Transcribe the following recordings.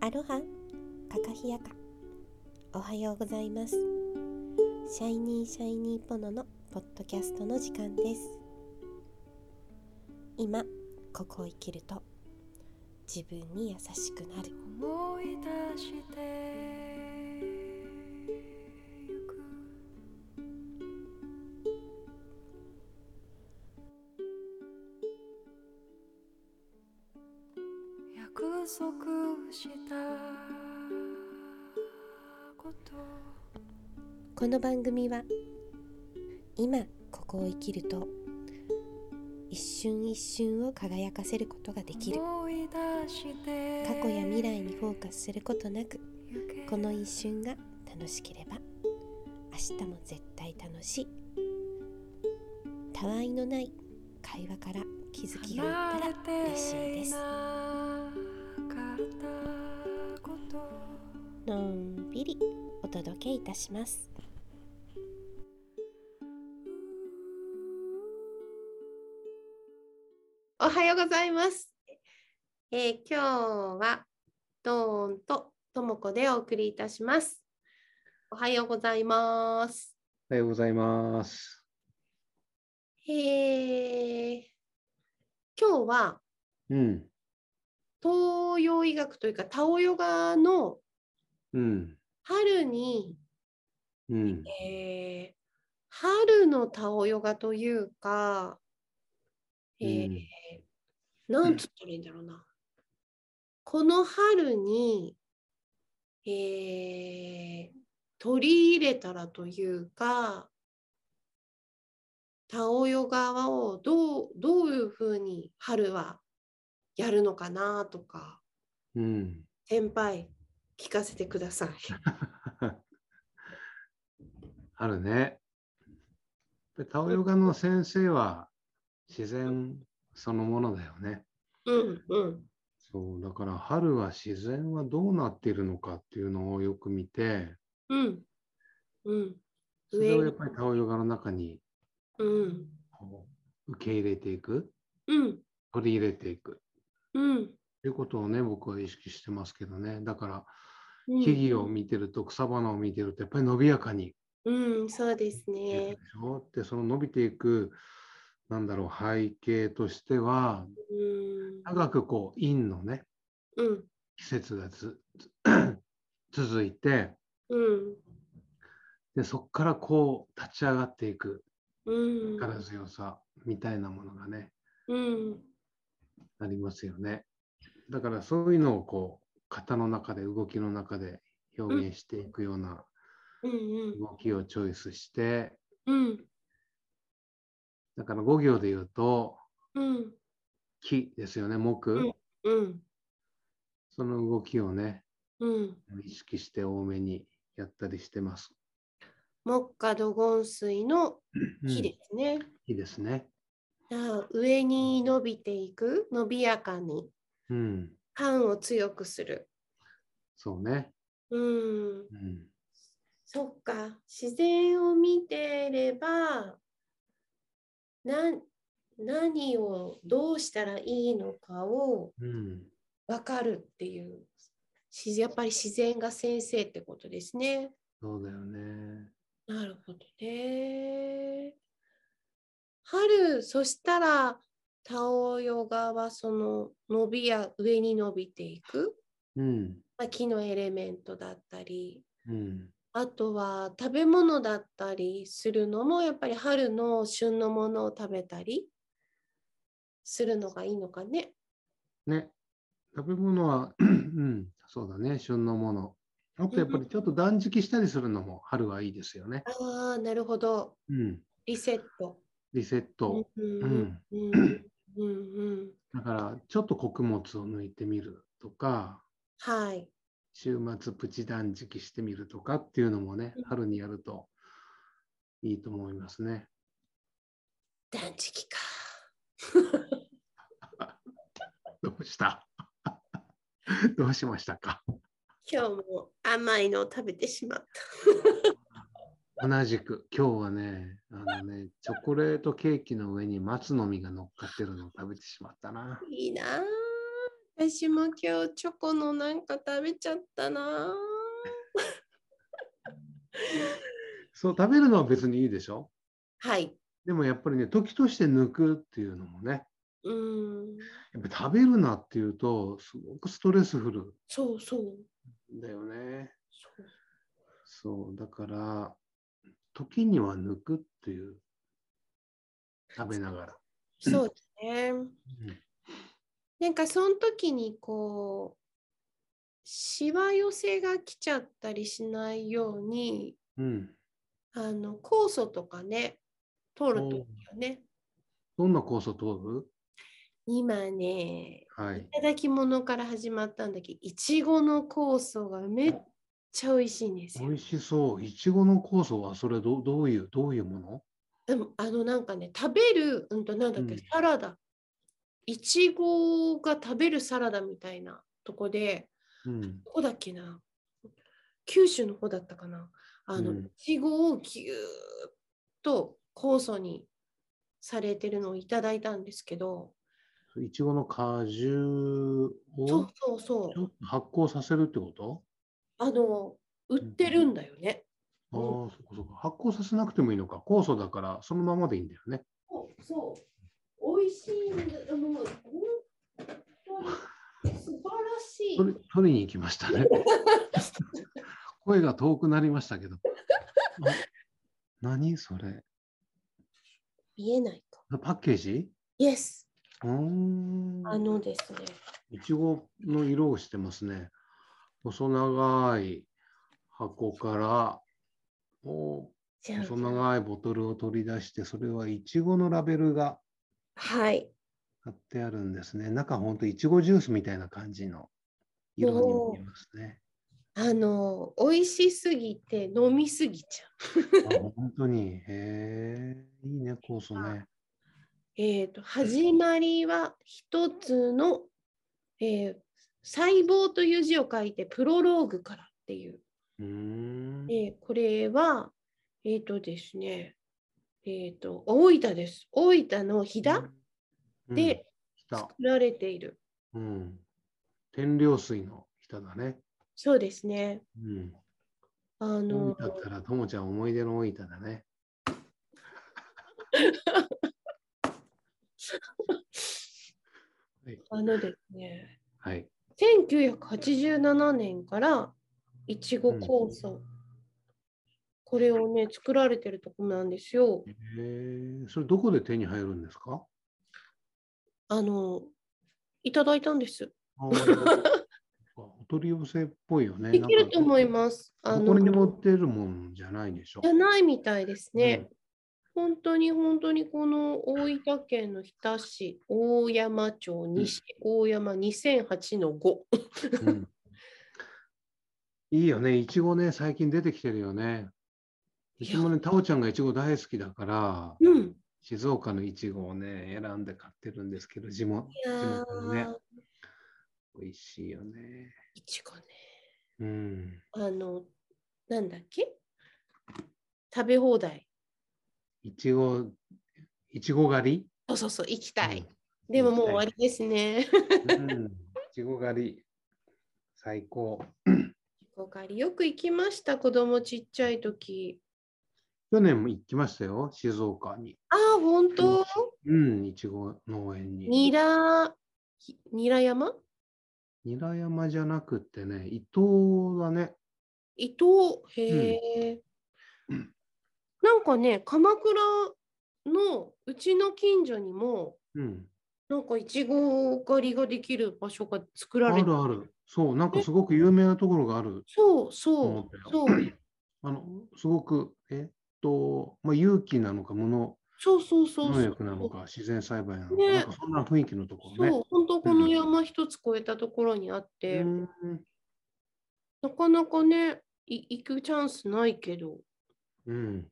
アロハカカヒヤカおはようございますシャイニーシャイニーポノのポッドキャストの時間です今ここを生きると自分に優しくなる思い出してゆく約束したことこの番組は今ここを生きると一瞬一瞬を輝かせることができる思い出して過去や未来にフォーカスすることなくゆけこの一瞬が楽しければ明日も絶対楽しいたわいのない会話から気づきがいったら嬉しいです離れていなかったことのんびりお届けいたしますおはようございます、えー今日はドーンとともこでお送りいたしますおはようございますおはようございます。えー今日はうん、東洋医学というかタオヨガのうん、春に、うん、えー春のタオヨガというか、えーうんなんつったらいいんだろうな、この春に、えー取り入れたらというかタオヨガをどうどういうふうに春はやるのかなとか。うん。先輩聞かせてください。あるね。でタオヨガの先生は自然そのものだよね。うんうんそう、だから春は自然はどうなっているのかっていうのをよく見て、うんうんそれをやっぱりタオヨガの中にうんこう受け入れていく、うん取り入れていくうんということをね、僕は意識してますけどね。だからうん木々を見てると草花を見てるとやっぱり伸びやかにうんそうですっていねく。でしょでその伸びていくなんだろう背景としてはうん長くこう陰のねうん季節がつ 続いてうんでそこからこう立ち上がっていくうん力強さみたいなものがねうんありますよねだからそういうのをこう型の中で動きの中で表現していくようなうん動きをチョイスしてうんだから5行で言うとうん木ですよね木、んうんその動きをねうん意識して多めにやったりしてます。木下土金水の木うんですね。木ですね。あ上に伸びていく伸びやかにうん。感を強くする。そうね。うんうん。そっか自然を見ていればな何をどうしたらいいのかをうん。分かるっていうしやっぱり自然が先生ってことですね。そうだよね。なるほどね。春そしたらタオヨガはその伸びや上に伸びていく、うん。まあ、木のエレメントだったりうん。あとは食べ物だったりするのもやっぱり春の旬のものを食べたりするのがいいのかね。ね。食べ物は、 うん。そうだね。旬のもの。あとやっぱりちょっと断食したりするのも春はいいですよね。ああなるほどうん。リセット。リセット。うんうん。うんうんうんだからちょっと穀物を抜いてみるとか、はい。週末プチ断食してみるとかっていうのもねうん、春にやるといいと思いますね。断食か。どうした どうしましたか今日も甘いのを食べてしまっ同じく今日はねあのねチョコレートケーキの上に松の実が乗っかってるのを食べてしまったなた。いいなあ。私も今日チョコのなんか食べちゃったなそう、食べるのは別にいいでしょはい。でもやっぱりね、時として抜くっていうのもね、うん。やっぱ食べるなっていうと、すごくストレスフルそうそう。だよね。そうそう、だから、時には抜くっていう、食べながら。そうですね。うんなんかその時にこうしわ寄せが来ちゃったりしないようにうん。あの酵素とかね取るといいよね。どんな酵素通今ねるはいい。ただき物から始まったんだけどいちごの酵素がめっちゃ美味しいんです美よ。味しそう。いちごの酵素はそれどどういうどういうものでもあのなんかね食べるうんとなんだっけ、うんサラダいちごが食べるサラダみたいなとこでうん。どこだっけな九州の方だったかなあの、うんいちごをぎゅーっと酵素にされてるのをいただいたんですけどいちごの果汁そうをそうそちうょっと発酵させるってことあの売ってるんだよね、ああうー、そっかそっか。発酵させなくてもいいのか。酵素だから、そのままでいいんだよね。そうそう美味しいんだあの本当に素晴取らしり取りに行きま したね。声が遠くなりましたけど。あ 何それい見えないかパッケージイエスうーん。あのですねいちごの色をしてますね。細長い箱から、おじゃ細あ長いボトルを取り出して、それはいちごのラベルがはい貼ってあるんですね。中、ほんといちごジュースみたいな感じの色に見えますね。あの美味しすぎて飲みすぎちゃうあ本当に。へえ、いいね、酵素ね。えー、と始まりは一つの、えー細胞という字を書いてプロローグからっていう、うーん。えーこれはえっ、とですねえっ、と大分です大分の飛騨うん、でうん、作北られている、うん。天領水の北だね。そうですねうん。あ大の分だったら、ともちゃん思い出の大分だね。あのですねはい。 1987年からいちご酵素、これをね作られてるとこなんですよ。へえ、それどこで手に入るんですかあの、いただいたんです。あ ーお取り寄せっぽいよね。できると思いす。ます。あのどこ、にでも売ってるもんじゃないでしょじ。ゃないみたいですね。本当に本当にこの大分県の日田市、大山町、西大山2008の5。うん。うんいいよね。いちごね、最近出てきてるよね。うちもね、たおちゃんがいちご大好きだから、うん。静岡のいちごをね、選んで買ってるんですけど、地元いや地元のねー、美味しいよね。いちごね。うん。あの、なんだっけ食べ放題。いちご、いちご狩りそうそうそう、行きたい。うんでももう終わりですね。うん、いちご狩り、最高。おかりよく行きました、子供ちっちゃい時。去年も行きましたよ、静岡に。ああ、本当、うん、いちご農園に。ニラ、ひニラ山ニラ山じゃなくってね、伊東だね。伊東、へえ、うんなんかね、鎌倉のうちの近所にも、うん、なんかいちご狩りができる場所が作らあれてるある。そう、なんかすごく有名なところがある。そう思そったようそうあの、すごく、えっと、まあ、有機なのか、無そうそう農そう農そう薬なのか、自然栽培なのか、ねなんかそんな雰囲気のところねそう本当この山一つ越えたところにあっ。て、うんなかなかねい行くチャンスないけどうん、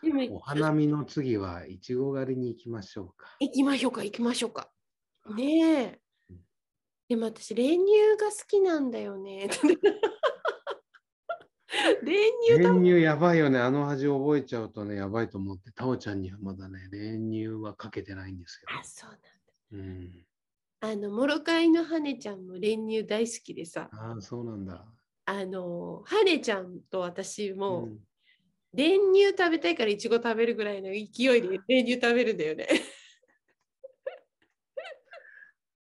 でもお花見の次はいちご狩りに行きましょうか。行きましょうか行きましょうかねえうんでも私練乳が好きなんだよ ね練乳だ練乳やばいよね。あの味覚えちゃうとね、やばいと思って、タオちゃんにはまだね、練乳はかけてないんですあそうなんだよ。うん。あのモロカイの羽根ちゃんも練乳大好きでさああ、そうなんだ。あの羽根ちゃんと私も、うん練乳食べたいからいちご食べるぐらいの勢いで練乳食べるんだよね。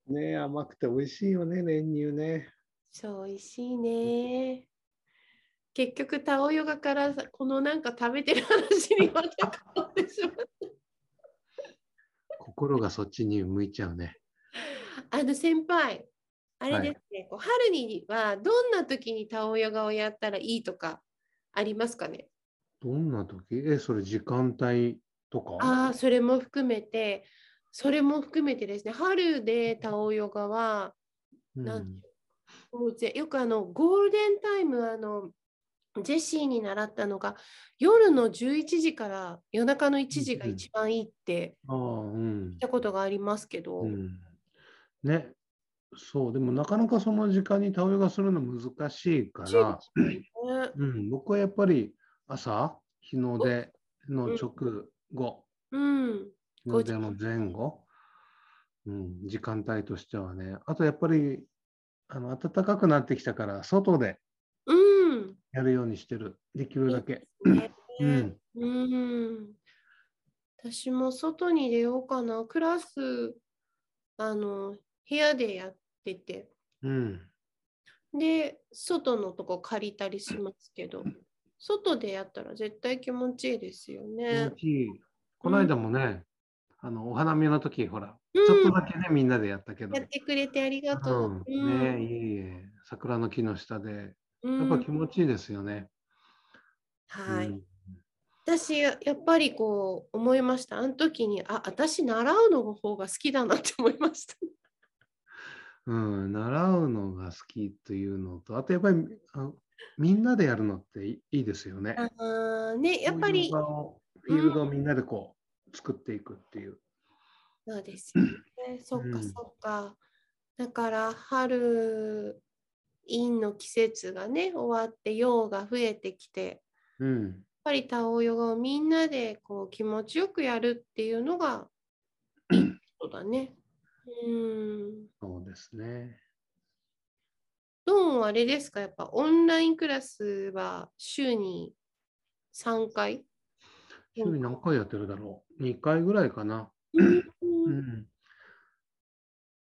ねえ甘くて美味しいよね、練乳ね。そう美味しいね。結局タオヨガからさこのなんか食べてる話にまた変わってしまう。心がそっちに向いちゃうね。あの先輩あれですね、こう春にはどんな時にタオヨガをやったらいいとかありますかねどんな時え、それ時間帯とああかそれも含めてそれも含めてですね春でタオヨガはうんなんもうぜよくあのゴールデンタイムあのジェシーに習ったのが夜の11時から夜中の1時がうんうん一番いいってああ、うん聞い。たことがありますけど、うん、ね、そう、でもなかなかその時間に倒れがするの難しいかそうら、ですよねうん、僕はやっぱり朝、日の出の直後、うん、日の出の前後、うん、時間帯としてはね、あとやっぱりあの暖かくなってきたから、外でうん、やるようにしてる、できるだけ。うねん、うん。私も外に出ようかな。クラス、あの、部屋でやってて。うん、で、外のとこ借りたりしますけど、外でやったら絶対気持ちいいですよ気持ね。ちいい。この間もね、あのお花見の時ほら、うんちょっとだけね、みんなでやったけどやっ。てくれてありがとう。うん、ねえ、いえいえ、桜の木の下で、うんやっぱ気持ちいいですよね。はうい。ん私、ややっぱりこう、思いました。あの時に、あ、私、習うの方が好きだなって思いました。うん、習うのが好きというのと、あとやっぱりあみんなでやるのっていいいいですよね。あーね、やっぱりこういう、場をフィールドをみんなでこう作っていくっていう。そうですよね。そっうかんそっか。だから春陰の季節がね終わって陽が増えてきてやっうん、ぱりタオヨガをみんなでこう気持ちよくやるっていうの がいいことだね。うん。そうですね。どうもあれですかやっぱオンラインクラスは週に3回週に何回やってるだろう。2回ぐらいかな。うんうん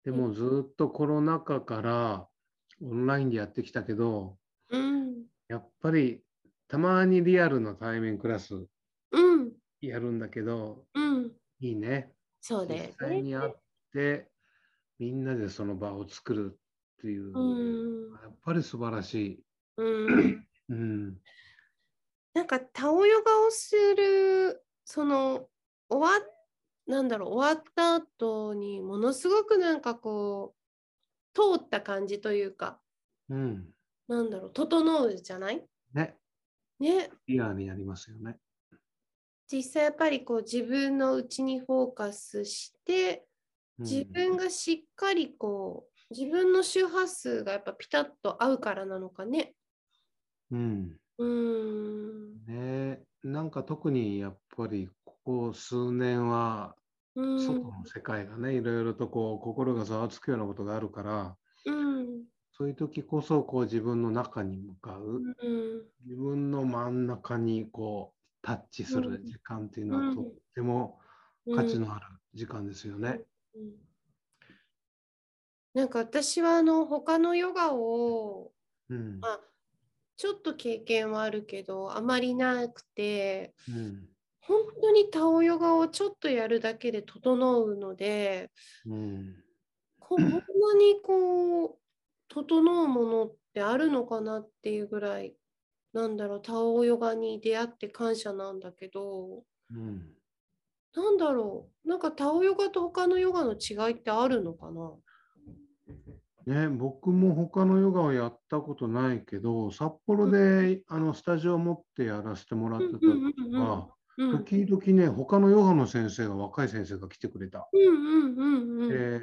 でもずっとコロナ禍からオンラインでやってきたけど、うん。やっぱりたまにリアルの対面クラスうん。やるんだけど、うん。いいね。そうだよ実際にね。会って、みんなでその場を作るっていう、うん。やっぱり素晴らしい。うん。うん。なんかタオヨガをするその終わっなんだろう終わった後にものすごくなんかこう通った感じというかうん。なんだろう整うじゃないね。ねリアルにやりますよね。実際やっぱりこう自分の内にフォーカスしてうん自分がしっかりこう自分の周波数がやっぱピタッと合うからなのかねうん。うーんねなんか特にやっぱりここ数年はうん外の世界がね、いろいろとこう心がざわつくようなことがあるから、うんそういう時こそこう自分の中に向かう、うん自分の真ん中にこうタッチすうるん時間っていうのはとってもうん価値のある時間ですよね。うんなんか私はあの他のヨガを、うん。まあ、ちょっと経験はあるけどあまりなくてうん。本当にタオヨガをちょっとやるだけで整うのでうん。ここんなにこう整うものってあるのかなっていうぐらいなんだろうタオヨガに出会って感謝なんだけどうん。なんだろうなんかタオヨガと他のヨガの違いってあるのかなね、僕も他のヨガをやったことないけど、札幌であのスタジオを持ってやらせてもらってたうんうん時うんうんは、うん時々ね、他のヨガの先生が、若い先生が来てくれた。うんうんうんうん。で、やっ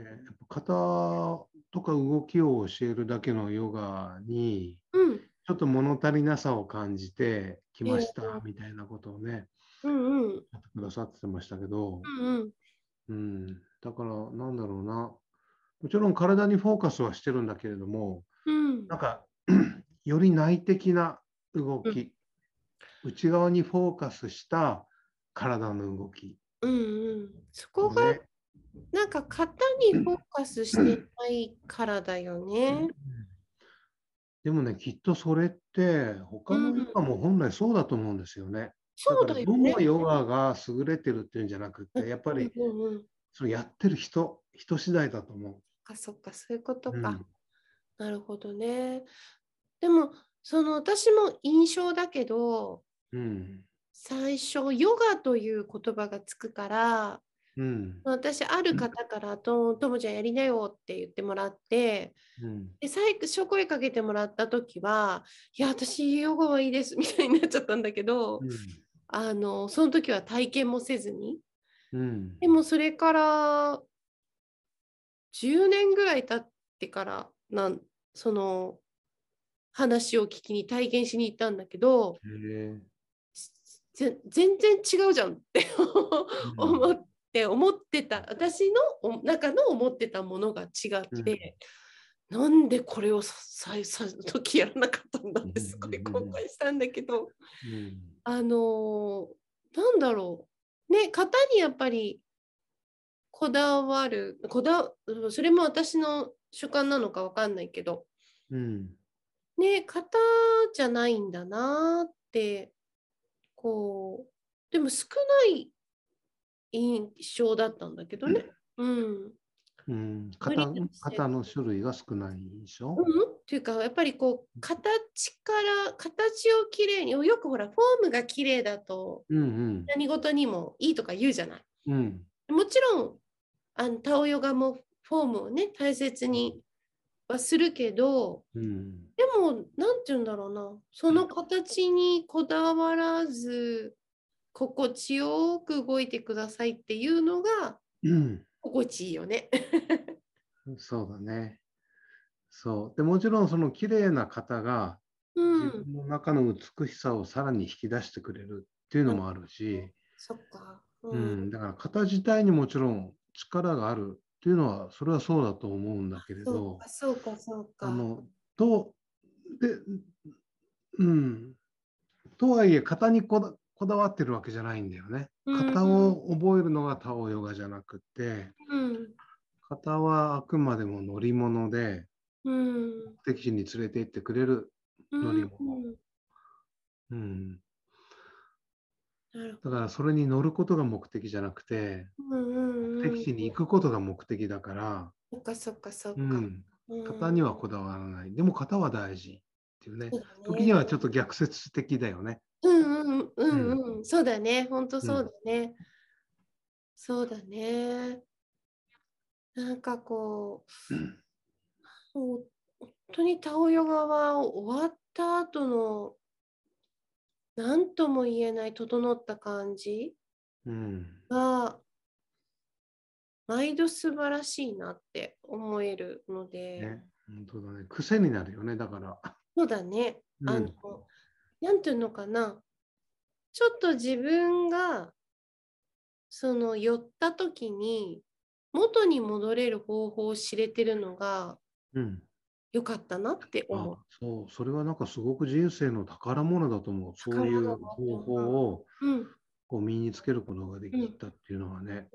ぱ型とか動きを教えるだけのヨガに、うんちょっと物足りなさを感じてきましえたみたいなことをね、うんうんやってくださってましたけど、うんうん、だから、なんだろうな、もちろん体にフォーカスはしてるんだけれども、うんなんか、 より内的な動き、内側にフォーカスした体の動き。うんうん、そこが、ねなんか型にフォーカスしてないからだよね。でもね、きっとそれって、他のヨガも本来そうだと思うんですよね。そうだだからよねど。のヨガが優れてるっていうんじゃなくて、やっぱりうんうんうん、そのやってる人、人次第だと思あそっかそういうことう。か、うんなるほどね。でもその私も印象だけどうん。最初ヨガという言葉がつくからうん。私ある方からと「ともちゃんやりなよ」って言ってもらってうん。で最初声かけてもらった時は「いや私ヨガはいいです」みたいになっちゃったんだけどあのその時は体験もせずにうん。でもそれから10年ぐらい経ってからなんその話を聞きに体験しに行ったんだけどへえぜ全然違うじゃんって思って思ってた私のお中の思ってたものが違って、なんでこれをさ最初の時やらなかったんだってすごい後悔したんだけど。うんあのーなんだろうね型にやっぱりこだわるこだわうんそれも私の主観なのかわかんないけどうん。ね型じゃないんだなーってこうでも少ない印象だったんだけどね。うんうん。無理型として型の種類が少ないでしう。ょん、っていうかやっぱりこう形から形をきれいによくほらフォームがきれいだとうん何事にもいいとか言うじゃない。うん。うん。もちろんあのタオヨガもフォームをね大切にはするけどうん。でも何て言うんだろうなその形にこだわらず心地よく動いてくださいっていうのがうん。心地いいよね。そうだね。そう。でもちろんその綺麗な方がう自ん、分の中の美しさをさらに引き出してくれるっていうのもあるし、そっか。う、うんだから型自体にもちろん力があるっていうのはそれはそうだと思うんだけれそうどか、そうかそうか。あのとでうんとはいえ型にこだこだわってるわけじゃないんだようね。ん型を覚えるのがタオヨガじゃなくてうん型はあくまでも乗り物でうん目的地に連れて行ってくれる。うん乗り物うん、なるほだからそれに乗ることが目的じゃなくてど。うんうんうん目的地に行くことが目的だから、そっかそっかそっか。うん、うん型にはこだわらない。でも型は大事っていうね。そうだね時にはちょっと逆説的だよね。うんうんうんうん、そうだね、本当そうだね。そうだね。なんかこう、もう本当にタオヨガは終わった後の、なんとも言えない整った感じうん。が、毎度素晴らしいなって思えるので、ね本当だね。癖になるよね。だから。そうだね。うんあの、なんていうのかな。ちょっと自分が、その、寄った時に、元に戻れる方法を知れてるのがうん。良かったなって思あう。、そう。それはなんかすごく人生の宝物だと思う。そういう方法をうん。こう身につけることができたっていうのはね。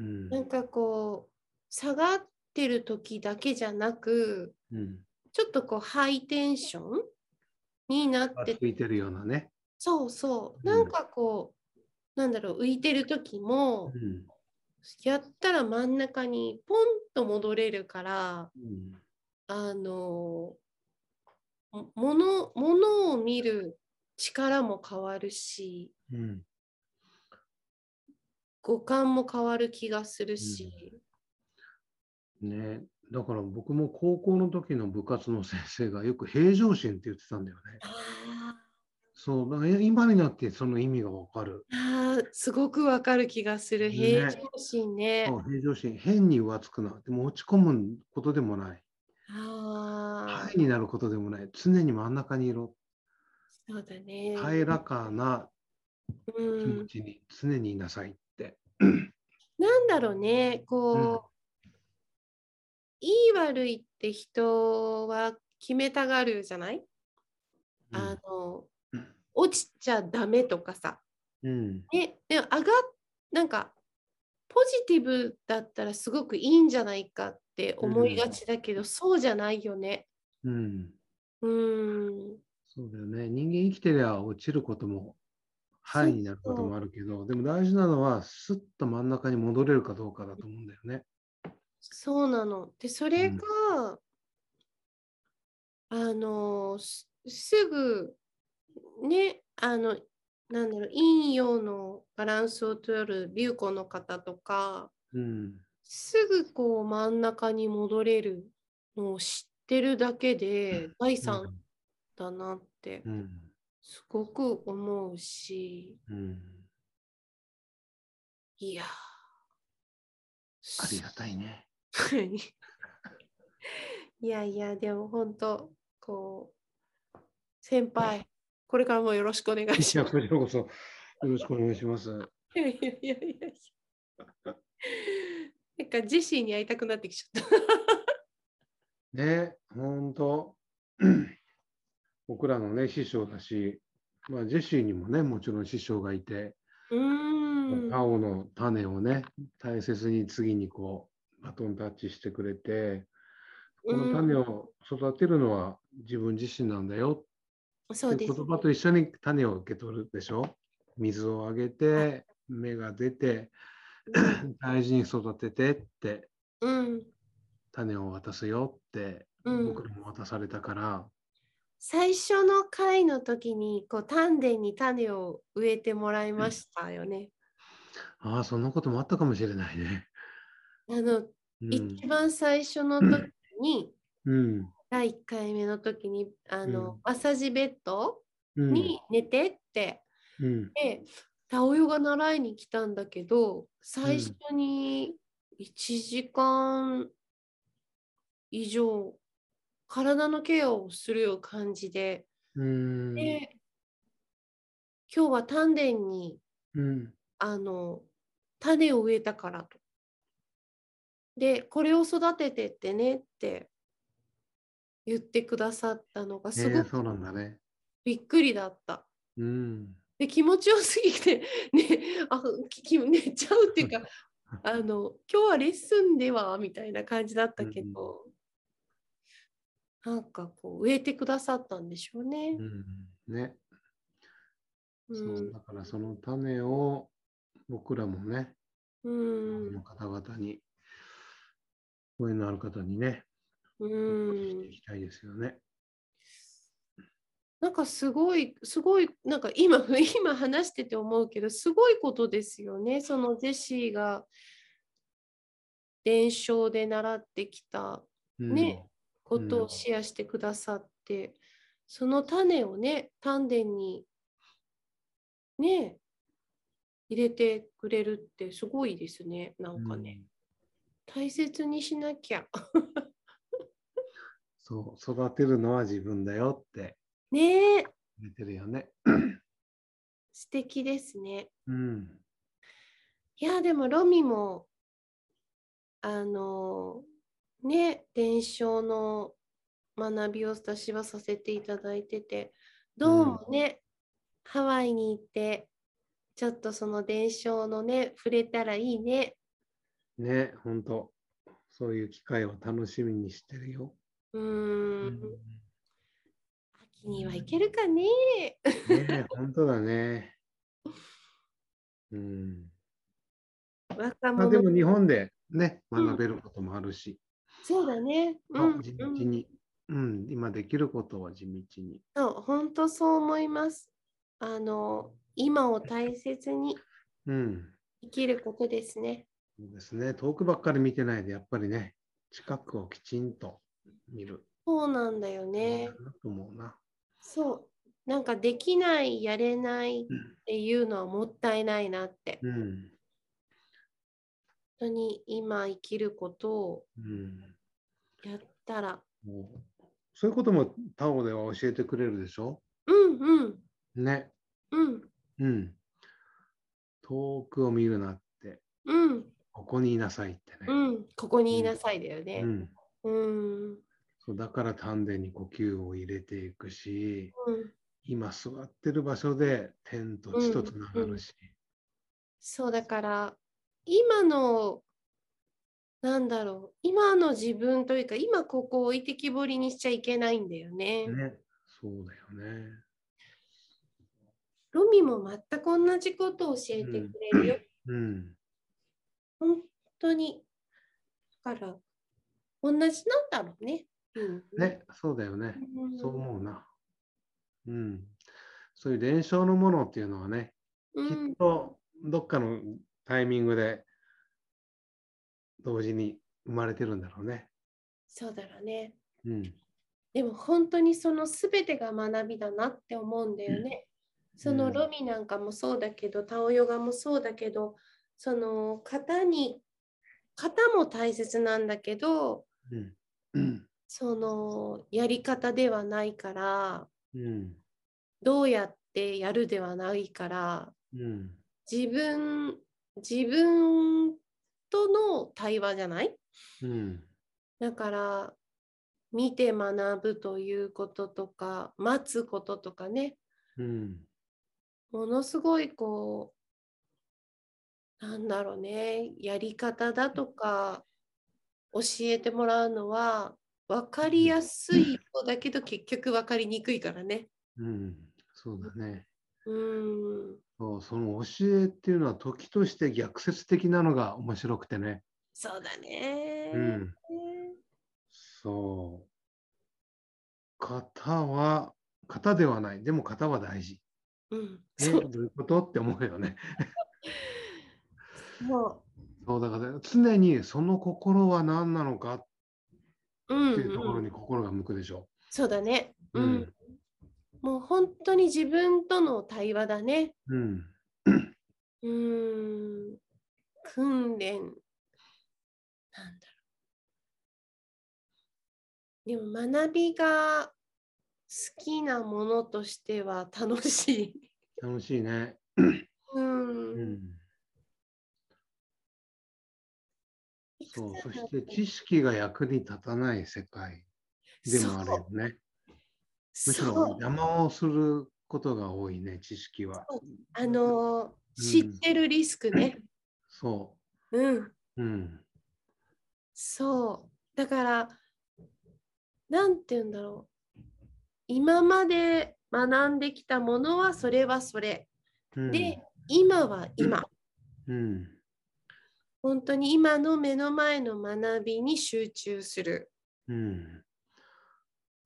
うん。なんかこう、下がってる時だけじゃなく、うん。ちょっとこう、ハイテンションになってついてるようなね。そうそう。うんなんかこう、なんだろう、浮いてる時もう、ん。やったら真ん中にポンと戻れるから、うん。あのもものものを見る力も変わるしうん。五感も変わる気がするし、ね。だから僕も高校の時の部活の先生がよく平常心って言ってたんだよね。あそう、だからい今になってその意味がわかる。ーあーすごくわかる気がするね平常心ね。そう平常心、変に浮つくな。でも落ち込むことでもない。ああハイになることでもない。常に真ん中にいろ。そうだね。平らかなう気持ん、ちに常にいなさいって。なんだろうねこう、いい悪いって人は決めたがるじゃない、うんあのうん落ちちゃダメとかさ。うん。ね、でも上がっなんかポジティブだったらすごくいいんじゃないかって思いがちだけど、そうじゃないよね。うん。うーんそうだよね。人間生きてりゃ落ちることも、範囲になることもあるけど、でも大事なのは、すっと真ん中に戻れるかどうかだと思うんだよね。そうなの。で、それが、あの、すすぐ、ね、あの、なんだろう、陰陽のバランスを取るビューコの方とか、うん。すぐこう真ん中に戻れるのを知ってるだけで、財産だなってう、ん。すごく思うし、うん。いやー、ありがたいね。はい いやいや、でも本当、こう、先輩、これからもよろしくお願いいし や、ます。こちらこそ、よろしくお願いします。いやいやいやいやいや。なんかジェシーに会いたくなってきちゃった。ね、本当 僕らのね、師匠だし、まあ、ジェシーにもね、もちろん師匠がいて、うーん。青の種をね、大切に次にこう、バトンタッチしてくれて、この種を育てるのは自分自身なんだよそうってです、言葉と一緒に種を受け取るでしょ水をあげて、芽が出て、 大事に育ててって、うん。種を渡すよって、うん僕らも渡されたから、最初の回の時に、こう、丹田に種を植えてもらいましたよね。ああ、そんなこともあったかもしれないね。あの、うん一。番最初の時に、うん。第1回目の時に、あうのん、マッサージベッドうんに寝てって、うん。で、タオヨが習いに来たんだけど、最初に1時間以上、体のケアをするような感じで、うん。で、今日は丹田に、うん。あの、種を植えたからと。で、これを育ててってねって言ってくださったのが、えすごー、そうなくんだね。びっくりだった。うん。で気持ちよすぎて、 ね、あきき寝ちゃうって いうかあの今日はレッスンではみたいな感じだったけど、なんかこう植えてくださったんでしょうねう。ん。ね。うそう。んだからその種を僕らもね、うんの方々に、声のある方にね、うしていんきたいですよね。なんかすごいすごいなんか今今話してて思うけどすごいことですよねそのジェシーが伝承で習ってきたうんね。ことうをんシェアしてくださって、その種をね丹田にね入れてくれるってすごいですねなんかね、大切にしなきゃ うんそう、育てるのは自分だよってねえ言ってるよね。素敵ですねうん。いやでもロミもあのね伝承の学びを私はさせていただいててどうもね、ハワイに行ってちょっとその伝承のね触れたらいいねね、本当そういう機会を楽しみにしてるよ。うー、うん秋には行けるかねね、本当だね。うん。若まあ者でも日本でね、うん学べることもあるし、そうだねうあん、うん、地道に、うん、今できることは地道に。そう本当そう思いますあの今を大切にうん。生きることですねそうですね。遠くばっかり見てないで、やっぱりね、近くをきちんと見る。そうなんだよね。なと思うな。そう。なんかできない、やれないっていうのはもったいないなって。うん。本当に今生きることをうん。やったら。もうそういうこともタオでは教えてくれるでしょうんうんね。うんうん。遠くを見るなって、うんここにいなさいってうね。ん。ここにいなさいだよね。うん。うんそうだから丹田に呼吸を入れていくしうん今座ってる場所で天と地とつながるし、そうだから今のなんだろう今の自分というか今ここを置いてきぼりにしちゃいけないんだよね。ねそうだよねロミも全く同じことを教えてくれるよ。うん本当に。だから同じなんだろうね。うん、ねそうだよねうんそう思うなうんそういう伝承のものっていうのはねうきっん、とどっかのタイミングで同時に生まれてるんだろうね。そうだろうね。うん、でも本当にその全てが学びだなって思うんだよね。そのロミなんかもそうだけど、タオヨガもそうだけど、その型に、型も大切なんだけど、うん、うん、そのやり方ではないから、うん、どうやってやるではないから、うん、自分、自分との対話じゃないうん、だから見て学ぶということとか待つこととかねうん、ものすごいこうなんだろうねやり方だとか教えてもらうのは分かりやすいようだけど結局分かりにくいからね。うん、そうだね。うんそうその教えっていうのは時として逆説的なのが面白くてね。そうだね。うん、そう。型は型ではない。でも型は大事。うん、ね、そうどういうことって思うよね。もそうだから常にその心は何なのかっう、っんていうところうんに心が向くでしょ。そうだね、ううんん。もう本当に自分との対話だね。うん。うーん、訓練、なんだろう。でも学びが好きなものとしては楽しい。楽しいね。う。うんん。そう。そして知識が役に立たない世界でもあるよね。むしそろう邪魔をすることが多いね、知識は。あのうんー、知ってるリスクね。そうん。う。うん。そう。だから、なんて言うんだろう。今まで学んできたものはそれはそれ。うん、で、今は今。うん。本当に今の目の前の学びに集中する。うん。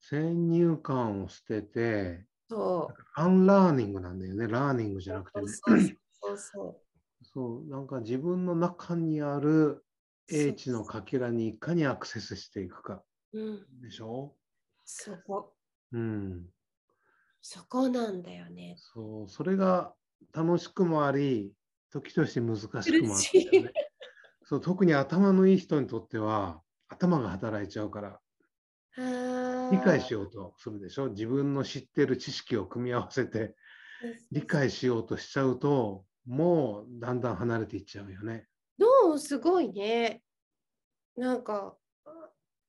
先入観を捨てて、そアンラーニングなんだよね。ラーニングじゃなくてう。ね。そうそうそそう、なんか自分の中にあるそう英知のかけらにいかにアクセスしていくかう。うん。でしょそこ。うん。そこなんだよね。そう、それが楽しくもあり、時として難しくもあるんだよ苦しいね。そう、特に頭のいい人にとっては、頭が働いちゃうから、あ理解よしようとするでしょ自分の知ってる知識を組み合わせて、理。解しようとしちゃうと、もうだんだん離れていっちゃうよね。どうすごいね。なんか、あ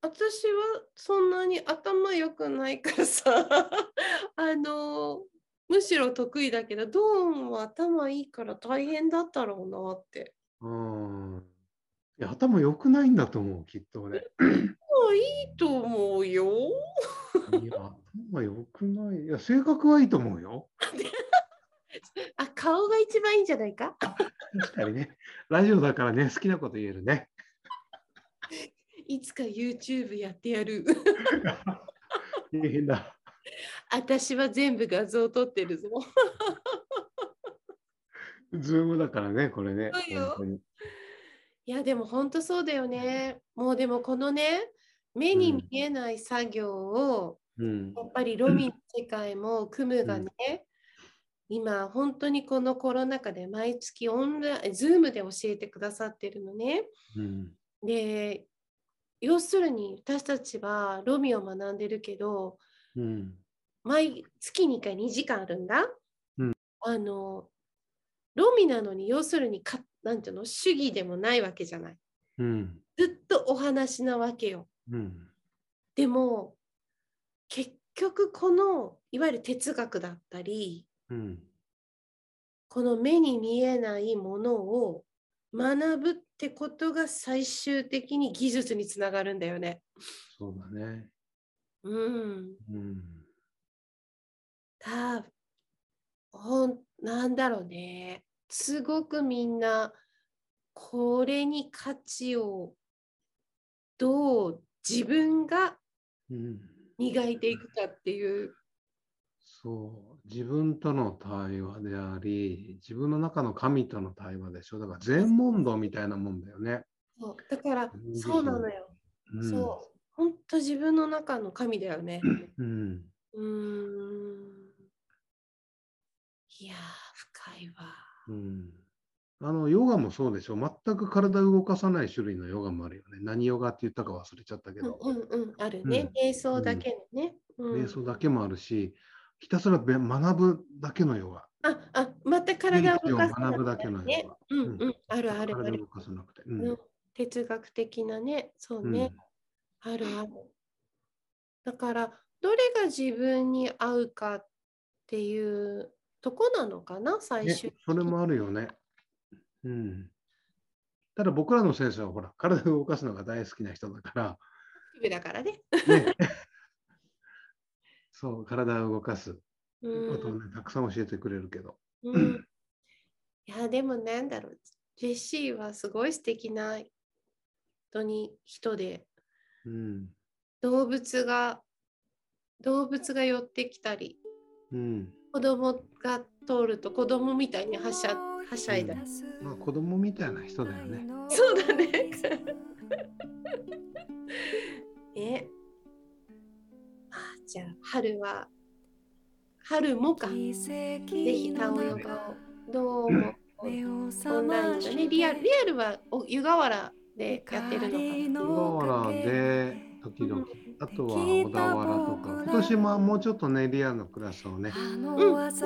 私はそんなに頭良くないからさ、 あの、むしろ得意だけど、ドーンは頭いいから大変だったろうなって。うん。いや、頭良くないんだと思う、きっとね。まあいいと思うよ。いや、頭良くない。いや、性格はいいと思うよ。あ、顔が一番いいんじゃないか確かにね。ラジオだからね、好きなこと言えるね。いつか YouTube やってやる。 大変だ。私は全部画像撮ってるぞ。ズームだからね、これね。そうよ本当に いやでも本当そうだよね。もうでもこのね目に見えない作業を、うんや。っぱりロミの世界もクムがね、今本当にこのコロナ禍で毎月オンライン Zoom で教えてくださってるのね。うん。で要するに私たちはロミを学んでるけどうん。毎月に1回2時間あるんだ。うんあのロミなのに要するにかなんていうの主義でもないわけじゃない。うん。ずっとお話なわけよ。うん。でも結局このいわゆる哲学だったりうん。この目に見えないものを学ぶってことが最終的に技術につながるんだよね。そうだね。うん、うん。たほんなんだろうねすごくみんなこれに価値をどう自分がうん。磨いていくかっていう。そう。自分との対話であり、自分の中の神との対話でしょ。だから全問答みたいなもんだよね。そうだからうんそうなのよ。うん、そう。本当自分の中の神だよね。うん。うーん。いやー、深いわ。うん。あの、ヨガもそうでしょ。全く体を動かさない種類のヨガもあるよね。何ヨガって言ったか忘れちゃったけど、うんうんうん、あるね。瞑想だけのね。うん瞑想だけもあるし、ひたすらべ学ぶだけのヨガ。あ、あ、また体を動かす。学ぶだけのヨね。ガ。うんんうん、あるあるあ体を動る。かさなくて。ううんん哲学的なね、そううんね、あるある。だから、どれが自分に合うかっていうとこなのかな、最ね終。それもあるよね。うん。ただ僕らの先生はほら、体を動かすのが大好きな人だか的だからね。ら、 ね、そう、体を動かすうこんとを、ね、たくさん教えてくれるけど。うんいやでもなんだろうジェシーはすごい素敵な本当に人でうん。動物が動物が寄ってきたりうん。子供が通ると子供みたいにはしゃはしゃいだり、まあ子供みたいな人だよね。そうだねねあーじゃあ春は春もかぜひタオヨガをどうもオンラインだねリアルリアルはお湯河原でやってるのかな小田原で時々、あとは小田原とか、今年ももうちょっとね、リアルのクラスをね、増やし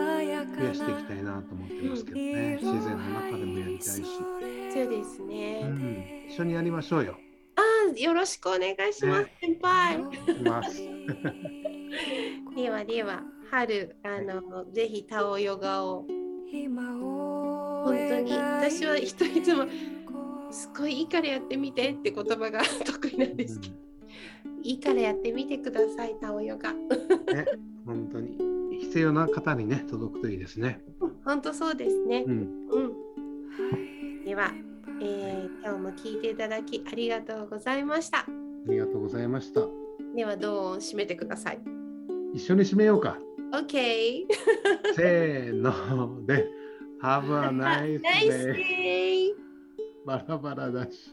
ていきたいなと思ってますけどね、自然の中でもやりたいし、そうですうね。ん、一緒にやりましょうよ。よろしくお願いします、ね先輩。います。ではでは、春、あの、ぜひタオヨガを。本本当に、私は人いつも、すごいいいからやってみてって言葉が 得意なんですけど、いいからやってみてください、タオヨガ。うん本当に必要な方にね、届くといいですね。本当そうですね。うん、うん。で は、えー今日も聞いていただきありがとうございました。ありがとうございました。では、どう締めてください。一緒に締めようか。 OK! せーので、Have a nice Nice day. day! バラバラだし。